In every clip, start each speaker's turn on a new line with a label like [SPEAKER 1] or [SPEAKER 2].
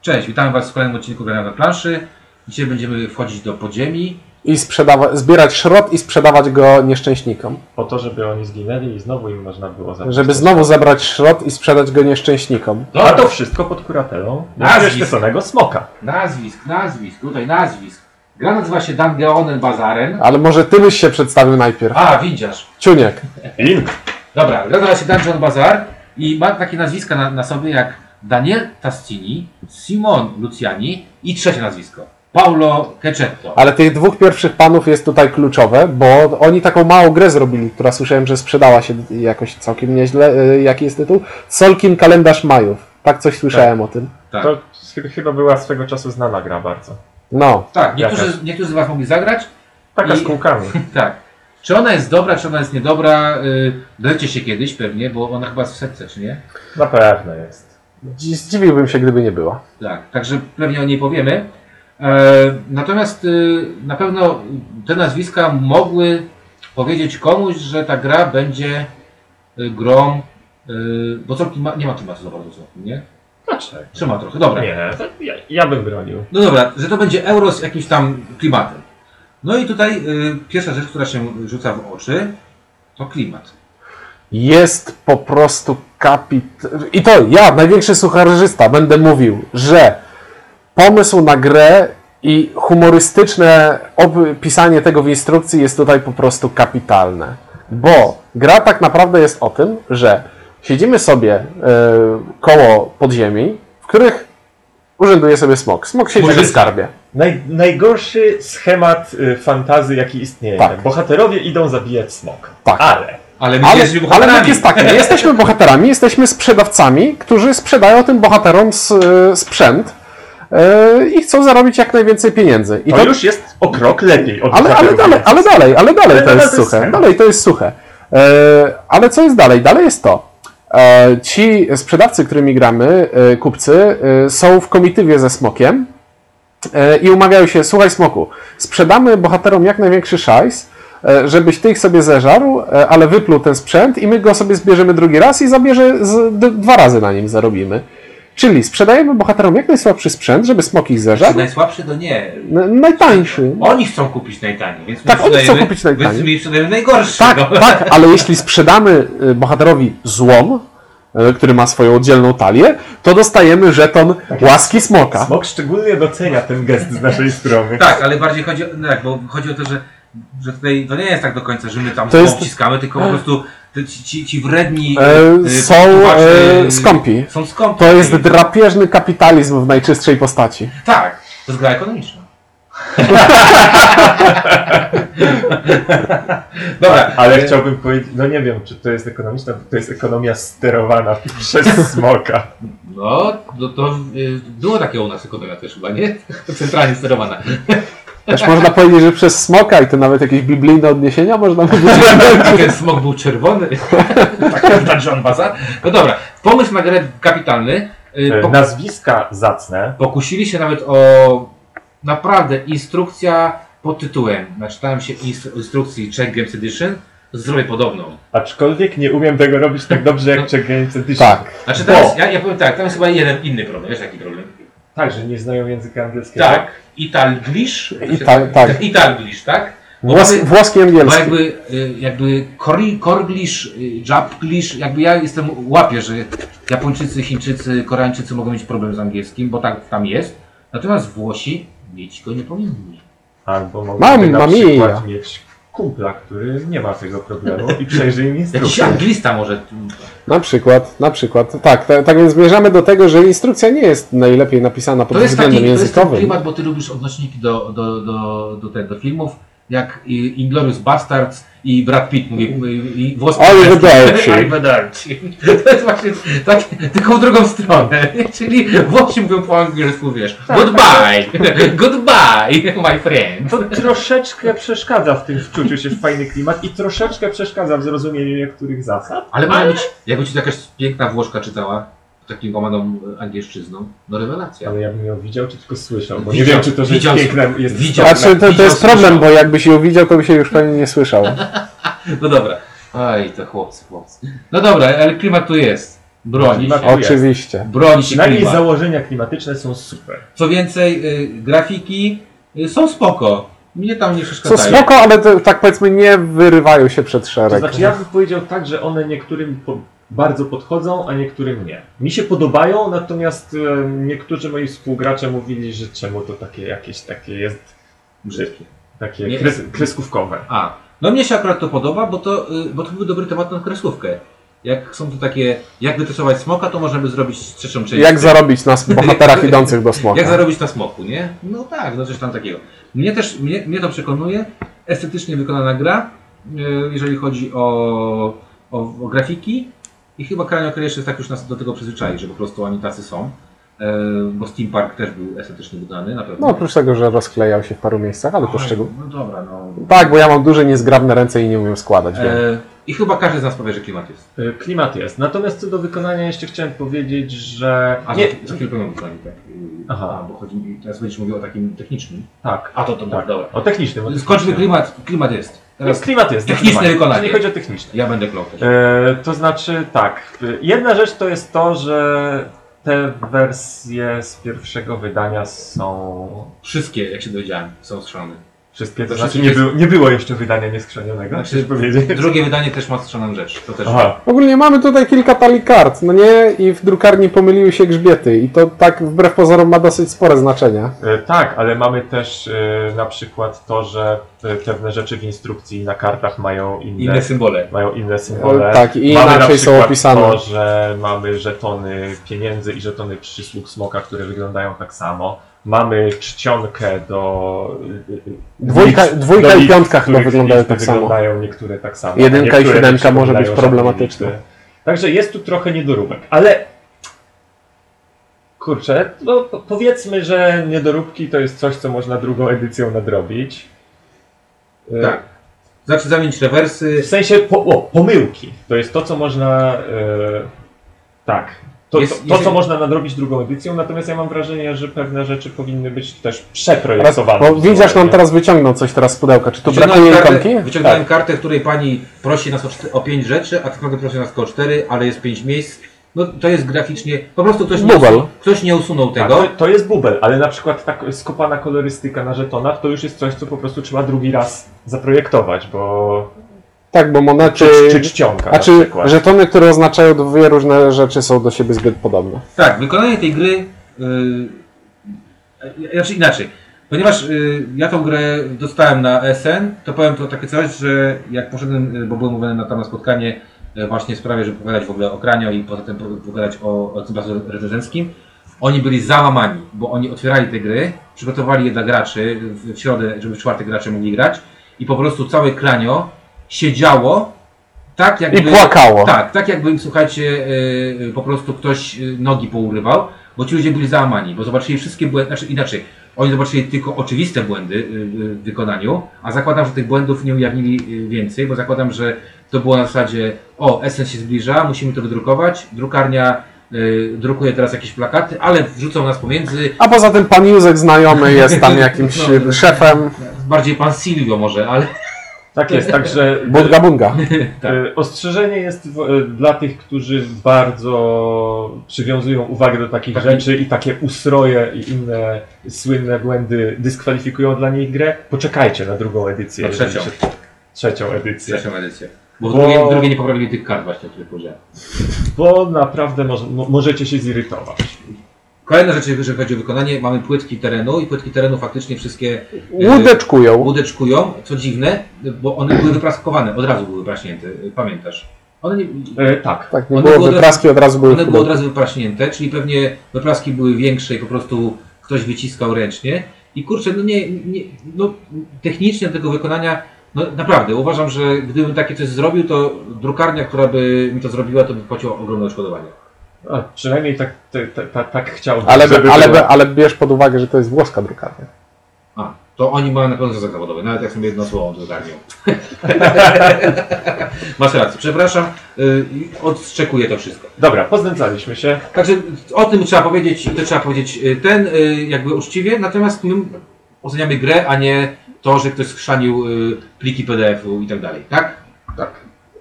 [SPEAKER 1] Cześć, witamy Was w kolejnym odcinku Grania na planszy. Dzisiaj będziemy wchodzić do podziemi.
[SPEAKER 2] I sprzedawa- zbierać szrot i sprzedawać go nieszczęśnikom.
[SPEAKER 3] Po to, żeby oni zginęli i znowu im można było zabrać.
[SPEAKER 2] Żeby znowu zebrać szrot i sprzedać go nieszczęśnikom.
[SPEAKER 3] A No, to wszystko pod kuratelą nieokreślonego smoka.
[SPEAKER 1] Nazwisk, nazwisk, tutaj nazwisk. Gra nazywa się Dangeonen Bazaren.
[SPEAKER 2] Ale może ty byś się przedstawił najpierw.
[SPEAKER 1] A, windziarz.
[SPEAKER 2] Ciuniek.
[SPEAKER 3] Link!
[SPEAKER 1] Dobra, gra nazywa się Dungeon Bazar i ma takie nazwiska na, na sobie jak Daniel Tastini, Simon Luciani i trzecie nazwisko. Paulo Keczetto.
[SPEAKER 2] Ale tych dwóch pierwszych panów jest tutaj kluczowe, bo oni taką małą grę zrobili, która słyszałem, że sprzedała się jakoś całkiem nieźle. Y, Jaki jest tytuł? Solkin Kalendarz Majów. Tak coś słyszałem o tym.
[SPEAKER 1] Tak.
[SPEAKER 3] To ch- chyba była swego czasu znana gra bardzo.
[SPEAKER 2] No.
[SPEAKER 1] Tak, niektórzy,
[SPEAKER 3] Jaka?
[SPEAKER 1] niektórzy z Was mogli zagrać.
[SPEAKER 3] Taka
[SPEAKER 1] I-
[SPEAKER 3] z kółkami.
[SPEAKER 1] Tak. Czy ona jest dobra, czy ona jest niedobra, yy, dowiecie się kiedyś pewnie, bo ona chyba jest w setce, czy nie?
[SPEAKER 3] Na pewno jest.
[SPEAKER 2] Dzi- Zdziwiłbym się, gdyby nie była.
[SPEAKER 1] Tak, także pewnie o niej powiemy. E, natomiast e, na pewno te nazwiska mogły powiedzieć komuś, że ta gra będzie e, grą. E, bo Sorkin ma, nie ma klimatu za bardzo, Sorkin, nie?
[SPEAKER 3] Dlaczego?
[SPEAKER 1] Trzyma trochę, dobra.
[SPEAKER 3] Nie, to ja, ja bym bronił.
[SPEAKER 1] No dobra, że to będzie euro z jakimś tam klimatem. No i tutaj e, pierwsza rzecz, która się rzuca w oczy, to klimat.
[SPEAKER 2] jest po prostu kapit. I to ja, największy sucharzysta, będę mówił, że pomysł na grę i humorystyczne opisanie tego w instrukcji jest tutaj po prostu kapitalne. Bo gra tak naprawdę jest o tym, że siedzimy sobie e, koło podziemi, w których urzęduje sobie smok. Smok siedzi
[SPEAKER 1] Może-
[SPEAKER 2] w skarbie.
[SPEAKER 3] Naj, najgorszy schemat y, fantazy, jaki istnieje.
[SPEAKER 2] Tak.
[SPEAKER 3] Bohaterowie idą zabijać smoka.
[SPEAKER 2] Tak.
[SPEAKER 3] Ale
[SPEAKER 1] Ale my
[SPEAKER 2] Ale,
[SPEAKER 1] jesteśmy
[SPEAKER 2] ale
[SPEAKER 1] bohaterami.
[SPEAKER 2] tak jest tak, nie jesteśmy bohaterami, jesteśmy sprzedawcami, którzy sprzedają tym bohaterom s, sprzęt e, i chcą zarobić jak najwięcej pieniędzy. I
[SPEAKER 3] to,
[SPEAKER 2] to,
[SPEAKER 3] już jest o krok lepiej od
[SPEAKER 2] ale, ale
[SPEAKER 3] bohaterów.
[SPEAKER 2] dalej, ale dalej, ale dalej
[SPEAKER 3] Ale
[SPEAKER 2] to
[SPEAKER 3] nadal
[SPEAKER 2] jest
[SPEAKER 3] to jest
[SPEAKER 2] suche.
[SPEAKER 3] schemat.
[SPEAKER 2] Dalej to jest suche. E, ale co jest dalej? Dalej jest to. E, ci sprzedawcy, którymi gramy, e, kupcy, e, są w komitywie ze smokiem e, i umawiają się, słuchaj smoku, sprzedamy bohaterom jak największy szajs, e, żebyś ty ich sobie zeżarł, e, ale wypluł ten sprzęt i my go sobie zbierzemy drugi raz i zabierze z, d, dwa razy na nim zarobimy. Czyli sprzedajemy bohaterom jak najsłabszy sprzęt, żeby smok ich
[SPEAKER 1] Czy
[SPEAKER 2] zeżarł,
[SPEAKER 1] najsłabszy to nie.
[SPEAKER 2] n- najtańszy.
[SPEAKER 1] Oni chcą kupić najtaniej, więc my
[SPEAKER 2] Tak, oni chcą
[SPEAKER 1] sprzedajemy-
[SPEAKER 2] kupić najtaniej.
[SPEAKER 1] Więc my sprzedajemy najgorszy.
[SPEAKER 2] Tak,
[SPEAKER 1] no.
[SPEAKER 2] tak, ale jeśli sprzedamy y, bohaterowi złom, y, który ma swoją oddzielną talię, to dostajemy żeton łaski smoka.
[SPEAKER 3] Smok szczególnie docenia ten gest z naszej strony.
[SPEAKER 1] Tak, ale bardziej chodzi o, no tak, bo chodzi o to, że, że tutaj to nie jest tak do końca, że my tam
[SPEAKER 2] To
[SPEAKER 1] to
[SPEAKER 2] jest-
[SPEAKER 1] obciskamy, tylko po prostu te, ci, ci, ci wredni
[SPEAKER 2] E,
[SPEAKER 1] y,
[SPEAKER 2] są,
[SPEAKER 1] tłumacze,
[SPEAKER 2] e, skąpi.
[SPEAKER 1] Są skąpi.
[SPEAKER 2] To jest drapieżny kapitalizm w najczystszej postaci.
[SPEAKER 1] Tak, to jest gra ekonomiczna. Dobra, y,
[SPEAKER 3] Ale chciałbym powiedzieć, no nie wiem, czy to jest ekonomiczne, bo to jest ekonomia sterowana przez smoka.
[SPEAKER 1] no to, to y, było takie u nas ekonomia też chyba, nie? Centralnie sterowana.
[SPEAKER 2] Też można powiedzieć, że przez smoka i to nawet jakieś biblijne odniesienia można powiedzieć.
[SPEAKER 1] A ten smok był czerwony. tak, tak, Jean Bazar. No dobra, pomysł na grę kapitalny. Y,
[SPEAKER 3] E,
[SPEAKER 1] po-
[SPEAKER 3] Nazwiska zacne.
[SPEAKER 1] Pokusili się nawet o naprawdę instrukcja pod tytułem. Naczytałem się instru- instrukcji Czech Games Edition. Zrobię podobną.
[SPEAKER 3] Aczkolwiek nie umiem tego robić tak dobrze jak Czech Games Edition.
[SPEAKER 2] Tak.
[SPEAKER 1] Znaczy tam jest,
[SPEAKER 3] Bo.
[SPEAKER 1] ja, ja powiem tak, tam jest chyba jeden inny problem. Wiesz jaki problem?
[SPEAKER 3] Tak, że nie znają języka angielskiego.
[SPEAKER 1] Tak. Italglish. znaczy,
[SPEAKER 2] Ital- tak.
[SPEAKER 1] Italglish, tak? Bo
[SPEAKER 2] Włos,
[SPEAKER 1] mamy-
[SPEAKER 2] włoski
[SPEAKER 1] Bo
[SPEAKER 2] angielski.
[SPEAKER 1] jakby, y, jakby korli- korglisz, y, japglisz, jakby ja jestem, łapię, że Japończycy, Chińczycy, Koreańczycy mogą mieć problem z angielskim, bo tak tam jest. Natomiast Włosi mieć go nie powinni.
[SPEAKER 3] Albo mogę
[SPEAKER 2] Mam-
[SPEAKER 3] na
[SPEAKER 2] mam
[SPEAKER 3] przykład
[SPEAKER 2] ija.
[SPEAKER 3] mieć kumpla, który nie ma tego problemu i przejrzy im
[SPEAKER 1] Jakiś
[SPEAKER 3] instrukcję.
[SPEAKER 1] anglista może.
[SPEAKER 2] Na przykład, na przykład. Tak, ta, tak więc zmierzamy do tego, że instrukcja nie jest najlepiej napisana pod
[SPEAKER 1] To jest taki
[SPEAKER 2] względem
[SPEAKER 1] to jest ten
[SPEAKER 2] językowym.
[SPEAKER 1] klimat, bo ty lubisz odnośniki do, do, do, do, te, do filmów, jak y, Inglourious Bastards i Brad Pitt mówi y, i włoski.
[SPEAKER 2] Arrivederci.
[SPEAKER 1] Arrivederci. To jest właśnie tak, tylko w drugą stronę. Czyli Włosi mówią po angielsku, wiesz, goodbye, goodbye, my friend.
[SPEAKER 3] To troszeczkę przeszkadza w tym wczuciu się w fajny klimat i troszeczkę przeszkadza w zrozumieniu niektórych zasad.
[SPEAKER 1] Ale ma być, jakby ci to jakaś piękna Włoszka czytała, takim łamaną angielszczyzną, no rewelacja.
[SPEAKER 3] Ale ja bym ją widział, czy tylko słyszał, bo
[SPEAKER 1] Widział-
[SPEAKER 3] nie wiem, czy to, że
[SPEAKER 1] widział-
[SPEAKER 3] jest piękne, jest
[SPEAKER 1] widział-
[SPEAKER 3] istotne.
[SPEAKER 2] Znaczy, to, to
[SPEAKER 1] widział,
[SPEAKER 2] jest problem, bo
[SPEAKER 1] słyszał.
[SPEAKER 2] jakbyś ją widział, to by się już pewnie nie słyszał.
[SPEAKER 1] No dobra. Aj, to chłopcy, chłopcy. No dobra, ale klimat tu jest. broni się.
[SPEAKER 3] Klimat- Dziękuję.
[SPEAKER 2] Oczywiście.
[SPEAKER 1] Broni się
[SPEAKER 3] Przynajmniej
[SPEAKER 1] klimat.
[SPEAKER 3] założenia klimatyczne są super.
[SPEAKER 1] Co więcej, y, grafiki y, są spoko. Mnie tam nie
[SPEAKER 2] Są
[SPEAKER 1] przeszkadzają.
[SPEAKER 2] spoko, ale to, tak powiedzmy nie wyrywają się przed
[SPEAKER 3] To
[SPEAKER 2] szereg.
[SPEAKER 3] znaczy, ja bym powiedział tak, że one niektórym po, bardzo podchodzą, a niektórym nie. Mi się podobają, natomiast e, niektórzy moi współgracze mówili, że czemu to takie jakieś takie jest
[SPEAKER 1] Brzydkie.
[SPEAKER 3] takie
[SPEAKER 1] Nie.
[SPEAKER 3] kres, kreskówkowe.
[SPEAKER 1] A, no mnie się akurat to podoba, bo to, y, bo to byłby dobry temat na kreskówkę. Jak są to takie, jak wytresować smoka, to możemy zrobić trzecią część.
[SPEAKER 2] Jak zarobić na bohaterach idących do smoka?
[SPEAKER 1] Jak zarobić na smoku, nie? No tak, no coś tam takiego. Mnie też, mnie, mnie to przekonuje. Estetycznie wykonana gra, e, jeżeli chodzi o, o, o grafiki. I chyba Kranio Creation tak już nas do tego przyzwyczai, że po prostu oni tacy są. E, Bo Steam Park też był estetycznie wykonany, na pewno.
[SPEAKER 2] No oprócz tego, że rozklejał się w paru miejscach, ale to
[SPEAKER 1] Oj,
[SPEAKER 2] szczegół.
[SPEAKER 1] No dobra, no.
[SPEAKER 2] Tak, bo ja mam duże niezgrabne ręce i nie umiem składać. wiem.
[SPEAKER 1] E, I chyba każdy z nas powie, że klimat jest.
[SPEAKER 3] E, Klimat jest. Natomiast co do wykonania jeszcze chciałem powiedzieć, że.
[SPEAKER 1] A no
[SPEAKER 3] Nie,
[SPEAKER 1] nie. za chwilę powiem o tym, tak.
[SPEAKER 3] Aha.
[SPEAKER 1] Aha, bo chodzi mi, teraz będziesz mówił o takim technicznym.
[SPEAKER 3] tak.
[SPEAKER 1] A to to
[SPEAKER 3] tak.
[SPEAKER 1] tak, dobra.
[SPEAKER 3] O technicznym. o
[SPEAKER 1] Skończmy
[SPEAKER 3] technicznym.
[SPEAKER 1] klimat, klimat jest.
[SPEAKER 3] Więc
[SPEAKER 2] Tak.
[SPEAKER 1] Teraz
[SPEAKER 3] klimat jest.
[SPEAKER 1] Techniczne
[SPEAKER 3] zdecydowanie.
[SPEAKER 1] wykonanie.
[SPEAKER 3] Jeżeli chodzi o techniczne.
[SPEAKER 1] ja będę kląkać.
[SPEAKER 3] E, to znaczy tak. e, Jedna rzecz to jest to, że te wersje z pierwszego wydania są.
[SPEAKER 1] Wszystkie, jak się dowiedziałem, są strzony.
[SPEAKER 3] Wszystkie, to
[SPEAKER 1] To
[SPEAKER 3] znaczy
[SPEAKER 1] wszystkie
[SPEAKER 3] nie, było- nie było jeszcze wydania nieskrzanionego, chcesz powiedzieć?
[SPEAKER 1] Znaczy, Drugie wydanie też ma strzoną rzecz. To też.
[SPEAKER 3] Aha,
[SPEAKER 2] Ogólnie mamy tutaj kilka talii kart, no nie? I w drukarni pomyliły się grzbiety. I to tak wbrew pozorom ma dosyć spore znaczenie.
[SPEAKER 3] e, tak, ale mamy też e, na przykład to, że e, pewne rzeczy w instrukcji i na kartach mają inne,
[SPEAKER 1] Inne symbole.
[SPEAKER 3] mają inne symbole.
[SPEAKER 2] E, tak, i
[SPEAKER 3] mamy
[SPEAKER 2] inaczej
[SPEAKER 3] na
[SPEAKER 2] są
[SPEAKER 3] przykład
[SPEAKER 2] opisane.
[SPEAKER 3] To, że mamy żetony pieniędzy i żetony przysług smoka, które wyglądają tak samo. Mamy czcionkę do. e, e,
[SPEAKER 2] Dwójka-
[SPEAKER 3] liczb-
[SPEAKER 2] dwójka i
[SPEAKER 3] liczb,
[SPEAKER 2] piątka chyba
[SPEAKER 3] których
[SPEAKER 2] wyglądają
[SPEAKER 3] liczby
[SPEAKER 2] tak samo.
[SPEAKER 3] Wyglądają niektóre tak samo.
[SPEAKER 2] Jedynka i
[SPEAKER 3] Niektóre też
[SPEAKER 2] siódemka może
[SPEAKER 3] wyglądają
[SPEAKER 2] być problematyczna.
[SPEAKER 3] żadnej liczby. Także jest tu trochę niedoróbek, ale Kurczę, no po- powiedzmy, że niedoróbki to jest coś, co można drugą edycją nadrobić. E,
[SPEAKER 1] Tak. Znaczy zamienić rewersy.
[SPEAKER 3] W sensie po, o, pomyłki. To jest to, co można. E, tak. To,
[SPEAKER 1] Jest-
[SPEAKER 3] to, to
[SPEAKER 1] jest-
[SPEAKER 3] co można nadrobić drugą edycją, natomiast ja mam wrażenie, że pewne rzeczy powinny być też przeprojektowane.
[SPEAKER 2] Bo widzisz, nam
[SPEAKER 3] Nie? Znaczy, no,
[SPEAKER 2] teraz wyciągnął coś teraz z pudełka. Czy tu
[SPEAKER 1] Wyciągnąłem
[SPEAKER 2] brakuje
[SPEAKER 1] kartę-
[SPEAKER 2] ikonki? Tak.
[SPEAKER 1] Wyciągnąłem kartę, w której pani prosi nas o, czty- o pięć rzeczy, a tak naprawdę prosi nas o cztery, ale jest pięć miejsc. No to jest graficznie. Po prostu ktoś nie,
[SPEAKER 2] Bubel.
[SPEAKER 1] usu- ktoś nie usunął
[SPEAKER 3] Tak,
[SPEAKER 1] tego.
[SPEAKER 3] to, to jest bubel, ale na przykład tak skopana kolorystyka na żetonach to już jest coś, co po prostu trzeba drugi raz zaprojektować, bo.
[SPEAKER 2] Tak, bo monety...
[SPEAKER 3] Czy, czy czcionka.
[SPEAKER 2] A
[SPEAKER 3] na
[SPEAKER 2] czy
[SPEAKER 3] przykład.
[SPEAKER 2] żetony, które oznaczają dwie różne rzeczy są do siebie zbyt podobne?
[SPEAKER 1] Tak, wykonanie tej gry. Yy, znaczy inaczej. Ponieważ y, ja tą grę dostałem na SN, to powiem to takie coś, że jak poszedłem, y, bo byłem mówiony na tam na spotkanie y, właśnie w sprawie, żeby pogadać w ogóle o Kranio i poza tym po- pogadać o, o Cymbasu Recenzenckim, oni byli załamani, bo oni otwierali te gry, przygotowali je dla graczy w w środę, żeby w czwartek gracze mogli grać i po prostu całe Kranio siedziało tak jakby...
[SPEAKER 2] I płakało.
[SPEAKER 1] Tak, tak jakby im, słuchajcie, y, po prostu ktoś y, nogi pourywał, bo ci ludzie byli załamani, bo zobaczyli wszystkie błędy, znaczy inaczej, oni zobaczyli tylko oczywiste błędy y, y, w wykonaniu, a zakładam, że tych błędów nie ujawnili y, więcej, bo zakładam, że to było na zasadzie, o, Essence się zbliża, musimy to wydrukować, drukarnia y, drukuje teraz jakieś plakaty, ale wrzucą nas pomiędzy,
[SPEAKER 2] A poza tym pan Józek znajomy jest tam jakimś
[SPEAKER 1] No.
[SPEAKER 2] szefem.
[SPEAKER 1] bardziej pan Silvio może, ale
[SPEAKER 3] Tak jest, także.
[SPEAKER 2] Bunga bunga.
[SPEAKER 1] Tak.
[SPEAKER 3] E, Ostrzeżenie jest w, e, dla tych, którzy bardzo przywiązują uwagę do takich
[SPEAKER 1] Taki-
[SPEAKER 3] rzeczy i takie ustroje i inne słynne błędy dyskwalifikują dla nich grę. Poczekajcie na drugą edycję.
[SPEAKER 1] Na trzecią.
[SPEAKER 3] jeżeli się- Trzecią edycję.
[SPEAKER 1] trzecią edycję. Bo w
[SPEAKER 3] Bo-
[SPEAKER 1] drugiej, w drugiej nie poprawili tych kart właśnie, o których powiedziałem.
[SPEAKER 3] Bo naprawdę moż, mo, możecie się zirytować.
[SPEAKER 1] Kolejna rzecz, jeżeli chodzi o wykonanie, mamy płytki terenu i płytki terenu faktycznie wszystkie
[SPEAKER 2] Łódeczkują.
[SPEAKER 1] łódeczkują, co dziwne, bo one były wypraskowane, od razu były wypraśnięte, pamiętasz? One, nie,
[SPEAKER 3] E, tak.
[SPEAKER 2] Tak, nie
[SPEAKER 1] One
[SPEAKER 2] było
[SPEAKER 1] były od
[SPEAKER 2] wypraski, od razu były
[SPEAKER 1] one były od
[SPEAKER 2] w
[SPEAKER 1] razu wypraśnięte, czyli pewnie wypraski były większe i po prostu ktoś wyciskał ręcznie. I kurczę, no nie, nie no technicznie do tego wykonania, no naprawdę, uważam, że gdybym takie coś zrobił, to drukarnia, która by mi to zrobiła, to by płaciła ogromne odszkodowanie.
[SPEAKER 3] A, przynajmniej tak, te, te, ta- tak chciałbym.
[SPEAKER 2] ale,
[SPEAKER 3] żeby
[SPEAKER 2] ale,
[SPEAKER 3] było.
[SPEAKER 2] ale bierz pod uwagę, że to jest włoska drukarnia.
[SPEAKER 1] A, to oni mają na pewno związek zawodowy, nawet jak sobie jedno słowo dogarnią. Masz rację, przepraszam, yy, odszczekuję to wszystko.
[SPEAKER 3] Dobra, poznęcaliśmy się.
[SPEAKER 1] Także o tym trzeba powiedzieć, i to trzeba powiedzieć y, ten y, jakby uczciwie, natomiast my oceniamy grę, a nie to, że ktoś skrzanił y, pliki PDF-u i tak dalej, tak?
[SPEAKER 3] Tak.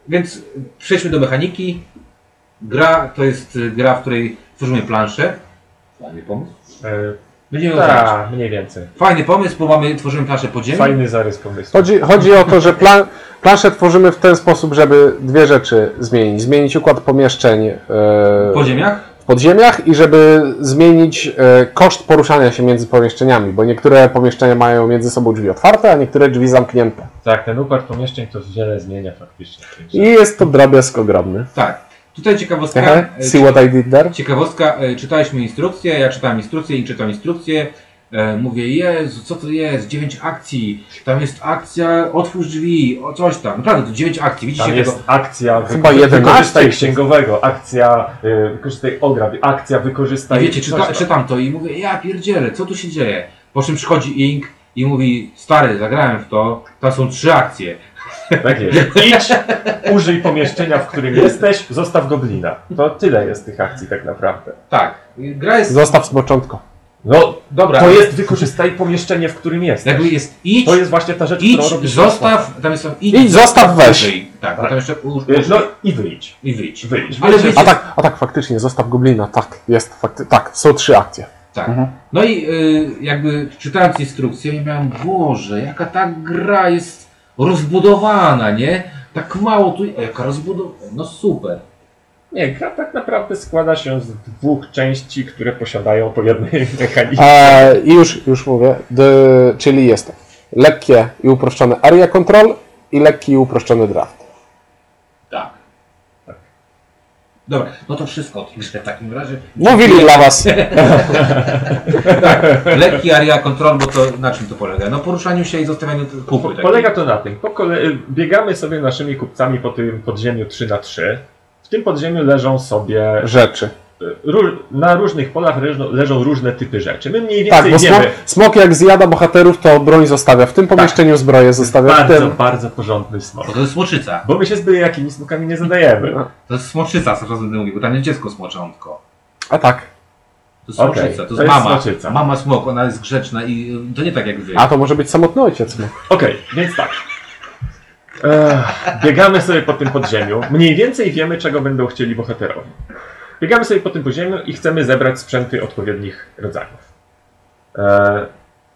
[SPEAKER 1] Więc przejdźmy do mechaniki. Gra to jest y, gra, w której tworzymy planszę. Fajny pomysł.
[SPEAKER 3] E,
[SPEAKER 1] Będziemy używać.
[SPEAKER 3] tak, mniej więcej.
[SPEAKER 1] Fajny pomysł, bo mamy, tworzymy planszę podziemną.
[SPEAKER 3] Fajny zarys pomysłu.
[SPEAKER 2] Chodzi, chodzi o to, że plan, planszę tworzymy w ten sposób, żeby dwie rzeczy zmienić. Zmienić układ pomieszczeń e,
[SPEAKER 1] Po ziemiach?
[SPEAKER 2] w podziemiach i żeby zmienić e, koszt poruszania się między pomieszczeniami, bo niektóre pomieszczenia mają między sobą drzwi otwarte, a niektóre drzwi zamknięte.
[SPEAKER 3] Tak, ten układ pomieszczeń to wiele zmienia faktycznie.
[SPEAKER 2] I jest to drobiazg ogromny.
[SPEAKER 1] Tak. Tutaj ciekawostka.
[SPEAKER 2] Aha,
[SPEAKER 1] e,
[SPEAKER 2] see what I did there?
[SPEAKER 1] Ciekawostka, e, czytaliśmy instrukcję, ja czytałem instrukcję i czytam instrukcję. E, Mówię, Jezu, co to jest? 9 akcji. Tam jest akcja, otwórz drzwi, o coś tam. Naprawdę, to 9 akcji. Widzicie
[SPEAKER 3] Tam
[SPEAKER 1] tego?
[SPEAKER 3] jest akcja
[SPEAKER 2] Chyba
[SPEAKER 3] wyko-
[SPEAKER 2] 11
[SPEAKER 3] wykorzystaj
[SPEAKER 2] jest.
[SPEAKER 3] księgowego, akcja y, wykorzystaj ogra, akcja wykorzystaj...
[SPEAKER 1] I wiecie, czyta,
[SPEAKER 3] coś tam.
[SPEAKER 1] czytam to i mówię, ja pierdzielę, co tu się dzieje? Po czym przychodzi Ink i mówi, stary, zagrałem w to, tam są 3 akcje.
[SPEAKER 3] Tak jest. Idź, użyj pomieszczenia, w którym jesteś, zostaw goblina. To tyle jest tych akcji tak naprawdę.
[SPEAKER 1] Tak, y, gra jest
[SPEAKER 2] Zostaw z początku.
[SPEAKER 3] No,
[SPEAKER 1] dobra.
[SPEAKER 3] to jest wykorzystaj pomieszczenie, w którym jesteś.
[SPEAKER 1] tak. Jakby jest idź,
[SPEAKER 3] To jest właśnie ta rzecz, którą
[SPEAKER 1] idź,
[SPEAKER 3] robisz.
[SPEAKER 1] zostaw, tam jest tam idź,
[SPEAKER 2] Idź, zostaw, weź.
[SPEAKER 1] użyj. Tak, bo
[SPEAKER 3] Tak.
[SPEAKER 1] tam jeszcze uż,
[SPEAKER 3] Y, No i wyjdź.
[SPEAKER 1] i wyjdź.
[SPEAKER 3] Wyjdź.
[SPEAKER 1] Ale
[SPEAKER 3] Wyjdź.
[SPEAKER 1] wiecie,
[SPEAKER 2] A tak, a tak, faktycznie, zostaw goblina, tak, jest, fakty, tak, są trzy akcje.
[SPEAKER 1] Tak.
[SPEAKER 2] Mhm.
[SPEAKER 1] No i y, jakby czytając instrukcję, ja miałem, Boże, jaka ta gra jest rozbudowana, nie? Tak mało tu, jaka rozbudowana, no super.
[SPEAKER 3] Nie, gra tak naprawdę składa się z dwóch części, które posiadają po jednej mechanice.
[SPEAKER 2] E, I już, już mówię, d, czyli jest to lekkie i uproszczone area control i lekki i uproszczony draft.
[SPEAKER 1] Tak. Dobra, no to wszystko o tej grze w takim razie.
[SPEAKER 2] Mówili dla was.
[SPEAKER 1] Tak, Lekki area control, bo to na czym to polega? No poruszaniu się i zostawianiu tak. kupy. takiej.
[SPEAKER 3] Polega to na tym, po kolei, biegamy sobie naszymi kupcami po tym podziemiu 3x3. W tym podziemiu leżą sobie
[SPEAKER 2] Rzeczy.
[SPEAKER 3] ró- na różnych polach leżą, leżą różne typy rzeczy. My mniej
[SPEAKER 2] Tak,
[SPEAKER 3] więcej
[SPEAKER 2] bo smok,
[SPEAKER 3] wiemy.
[SPEAKER 2] smok jak zjada bohaterów, to broń zostawia. W tym pomieszczeniu zbroję zostawia, w
[SPEAKER 3] Bardzo,
[SPEAKER 2] tym.
[SPEAKER 3] bardzo porządny smok.
[SPEAKER 1] Bo to jest smoczyca.
[SPEAKER 3] Bo my się z byle jakimi smokami nie zadajemy.
[SPEAKER 2] No.
[SPEAKER 1] To jest smoczyca, co czasem mówię, bo tam jest dziecko smoczątko.
[SPEAKER 2] A tak.
[SPEAKER 1] To jest
[SPEAKER 3] Okej,
[SPEAKER 1] smoczyca, to
[SPEAKER 3] to
[SPEAKER 1] jest
[SPEAKER 3] jest
[SPEAKER 1] mama.
[SPEAKER 3] smoczyca.
[SPEAKER 1] Mama smok, ona jest grzeczna i y, to nie tak jak wy.
[SPEAKER 2] A to może być samotny ojciec. smok.
[SPEAKER 3] Okej, więc tak. Ech, biegamy sobie po tym podziemiu. Mniej więcej wiemy, czego będą chcieli bohaterowie. Biegamy sobie po tym podziemiu i chcemy zebrać sprzęty odpowiednich rodzajów. E,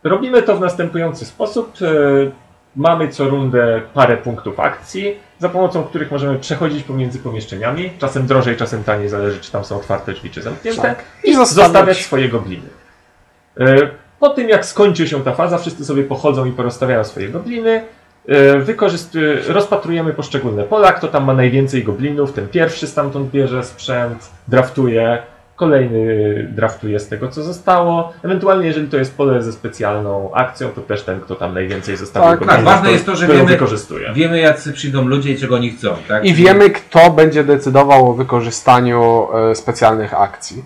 [SPEAKER 3] robimy to w następujący sposób. E, mamy co rundę parę punktów akcji, za pomocą których możemy przechodzić pomiędzy pomieszczeniami. Czasem drożej, czasem taniej, zależy czy tam są otwarte drzwi, czy zamknięte
[SPEAKER 2] Tak. I
[SPEAKER 3] zostawiać
[SPEAKER 2] zostawiać.
[SPEAKER 3] swoje gobliny. E, Po tym jak skończy się ta faza, wszyscy sobie pochodzą i porozstawiają swoje gobliny. E, wykorzysty- Rozpatrujemy poszczególne pola, kto tam ma najwięcej goblinów, ten pierwszy stamtąd bierze sprzęt, draftuje, kolejny draftuje z tego co zostało. Ewentualnie jeżeli to jest pole ze specjalną akcją, to też ten kto tam najwięcej zostawił
[SPEAKER 2] Tak, tak.
[SPEAKER 3] goblinów,
[SPEAKER 1] Ważne
[SPEAKER 3] to-
[SPEAKER 1] jest to, że
[SPEAKER 3] którą
[SPEAKER 1] wiemy-
[SPEAKER 3] wykorzystuje.
[SPEAKER 1] Wiemy, jacy przyjdą ludzie i czego oni chcą, tak?
[SPEAKER 2] I wiemy, kto będzie decydował o wykorzystaniu e, specjalnych akcji.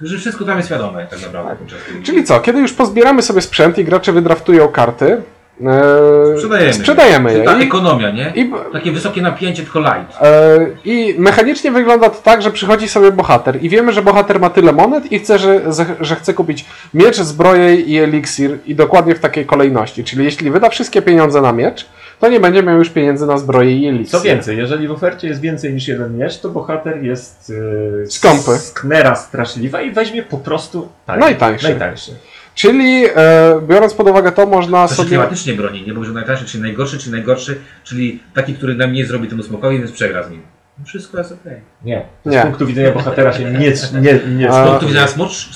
[SPEAKER 1] Że wszystko tam jest wiadome, tak naprawdę. podczas tej-
[SPEAKER 2] Czyli co, kiedy już pozbieramy sobie sprzęt i gracze wydraftują karty, e,
[SPEAKER 1] Sprzedajemy. tak
[SPEAKER 2] sprzedajemy je.
[SPEAKER 1] Ta
[SPEAKER 2] I,
[SPEAKER 1] ekonomia, nie?
[SPEAKER 2] i,
[SPEAKER 1] Takie wysokie napięcie, tylko light.
[SPEAKER 2] e, I mechanicznie wygląda to tak, że przychodzi sobie bohater i wiemy, że bohater ma tyle monet i chce, że, że- że chce kupić miecz, zbroję i eliksir i dokładnie w takiej kolejności. Czyli jeśli wyda wszystkie pieniądze na miecz, to nie będzie miał już pieniędzy na zbroję i eliksir.
[SPEAKER 3] Co więcej, jeżeli w ofercie jest więcej niż jeden miecz, to bohater jest yy,
[SPEAKER 2] Skąpy.
[SPEAKER 3] sknera straszliwa i weźmie po prostu taniej,
[SPEAKER 2] Najtańszy.
[SPEAKER 3] najtańszy.
[SPEAKER 2] Czyli e, biorąc pod uwagę to, można
[SPEAKER 1] To się
[SPEAKER 2] sobie...
[SPEAKER 1] klimatycznie broni, nie? Bo że najtańszy, czyli najgorszy, czy najgorszy, czyli taki, który nam nie zrobi temu smokowi, więc przegra z nim. No Wszystko jest okej.
[SPEAKER 3] Nie.
[SPEAKER 2] Nie.
[SPEAKER 3] Z punktu widzenia bohatera się nie... nie, nie
[SPEAKER 2] A-
[SPEAKER 1] Okay. Tu widzę smocz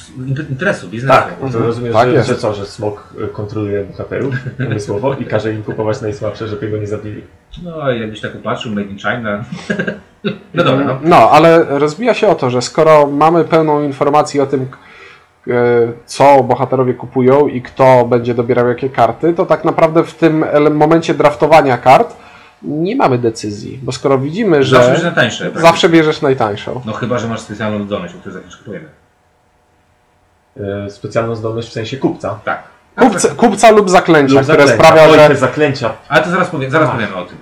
[SPEAKER 1] interesu, biznesu.
[SPEAKER 3] Tak, to rozumiem,
[SPEAKER 2] Tak
[SPEAKER 3] że,
[SPEAKER 2] jest.
[SPEAKER 3] że co, że smok y, kontroluje bohaterów umysłowo i każe im kupować najsłabsze, żeby go nie zabili.
[SPEAKER 1] No i jakbyś tak upatrzył, Made in China. no dobra, no.
[SPEAKER 2] No, ale rozbija się o to, że skoro mamy pełną informację o tym, k- e, co bohaterowie kupują i kto będzie dobierał jakie karty, to tak naprawdę w tym ele- momencie draftowania kart nie mamy decyzji, bo skoro widzimy, że
[SPEAKER 1] Zawsze
[SPEAKER 2] zawsze,
[SPEAKER 1] jest najtańsze. tak?
[SPEAKER 2] bierzesz najtańszą.
[SPEAKER 1] No chyba, że masz specjalną zdolność, o której za chwilę powiemy.
[SPEAKER 3] Y, Specjalną zdolność w sensie kupca.
[SPEAKER 1] Tak.
[SPEAKER 2] Kupca, kupca lub zaklęcia,
[SPEAKER 3] Lub
[SPEAKER 2] które
[SPEAKER 3] zaklęcia.
[SPEAKER 2] sprawia,
[SPEAKER 3] Oj, te
[SPEAKER 2] że
[SPEAKER 3] zaklęcia.
[SPEAKER 1] Ale to zaraz, powie, zaraz
[SPEAKER 3] Ach.
[SPEAKER 1] powiemy o tym.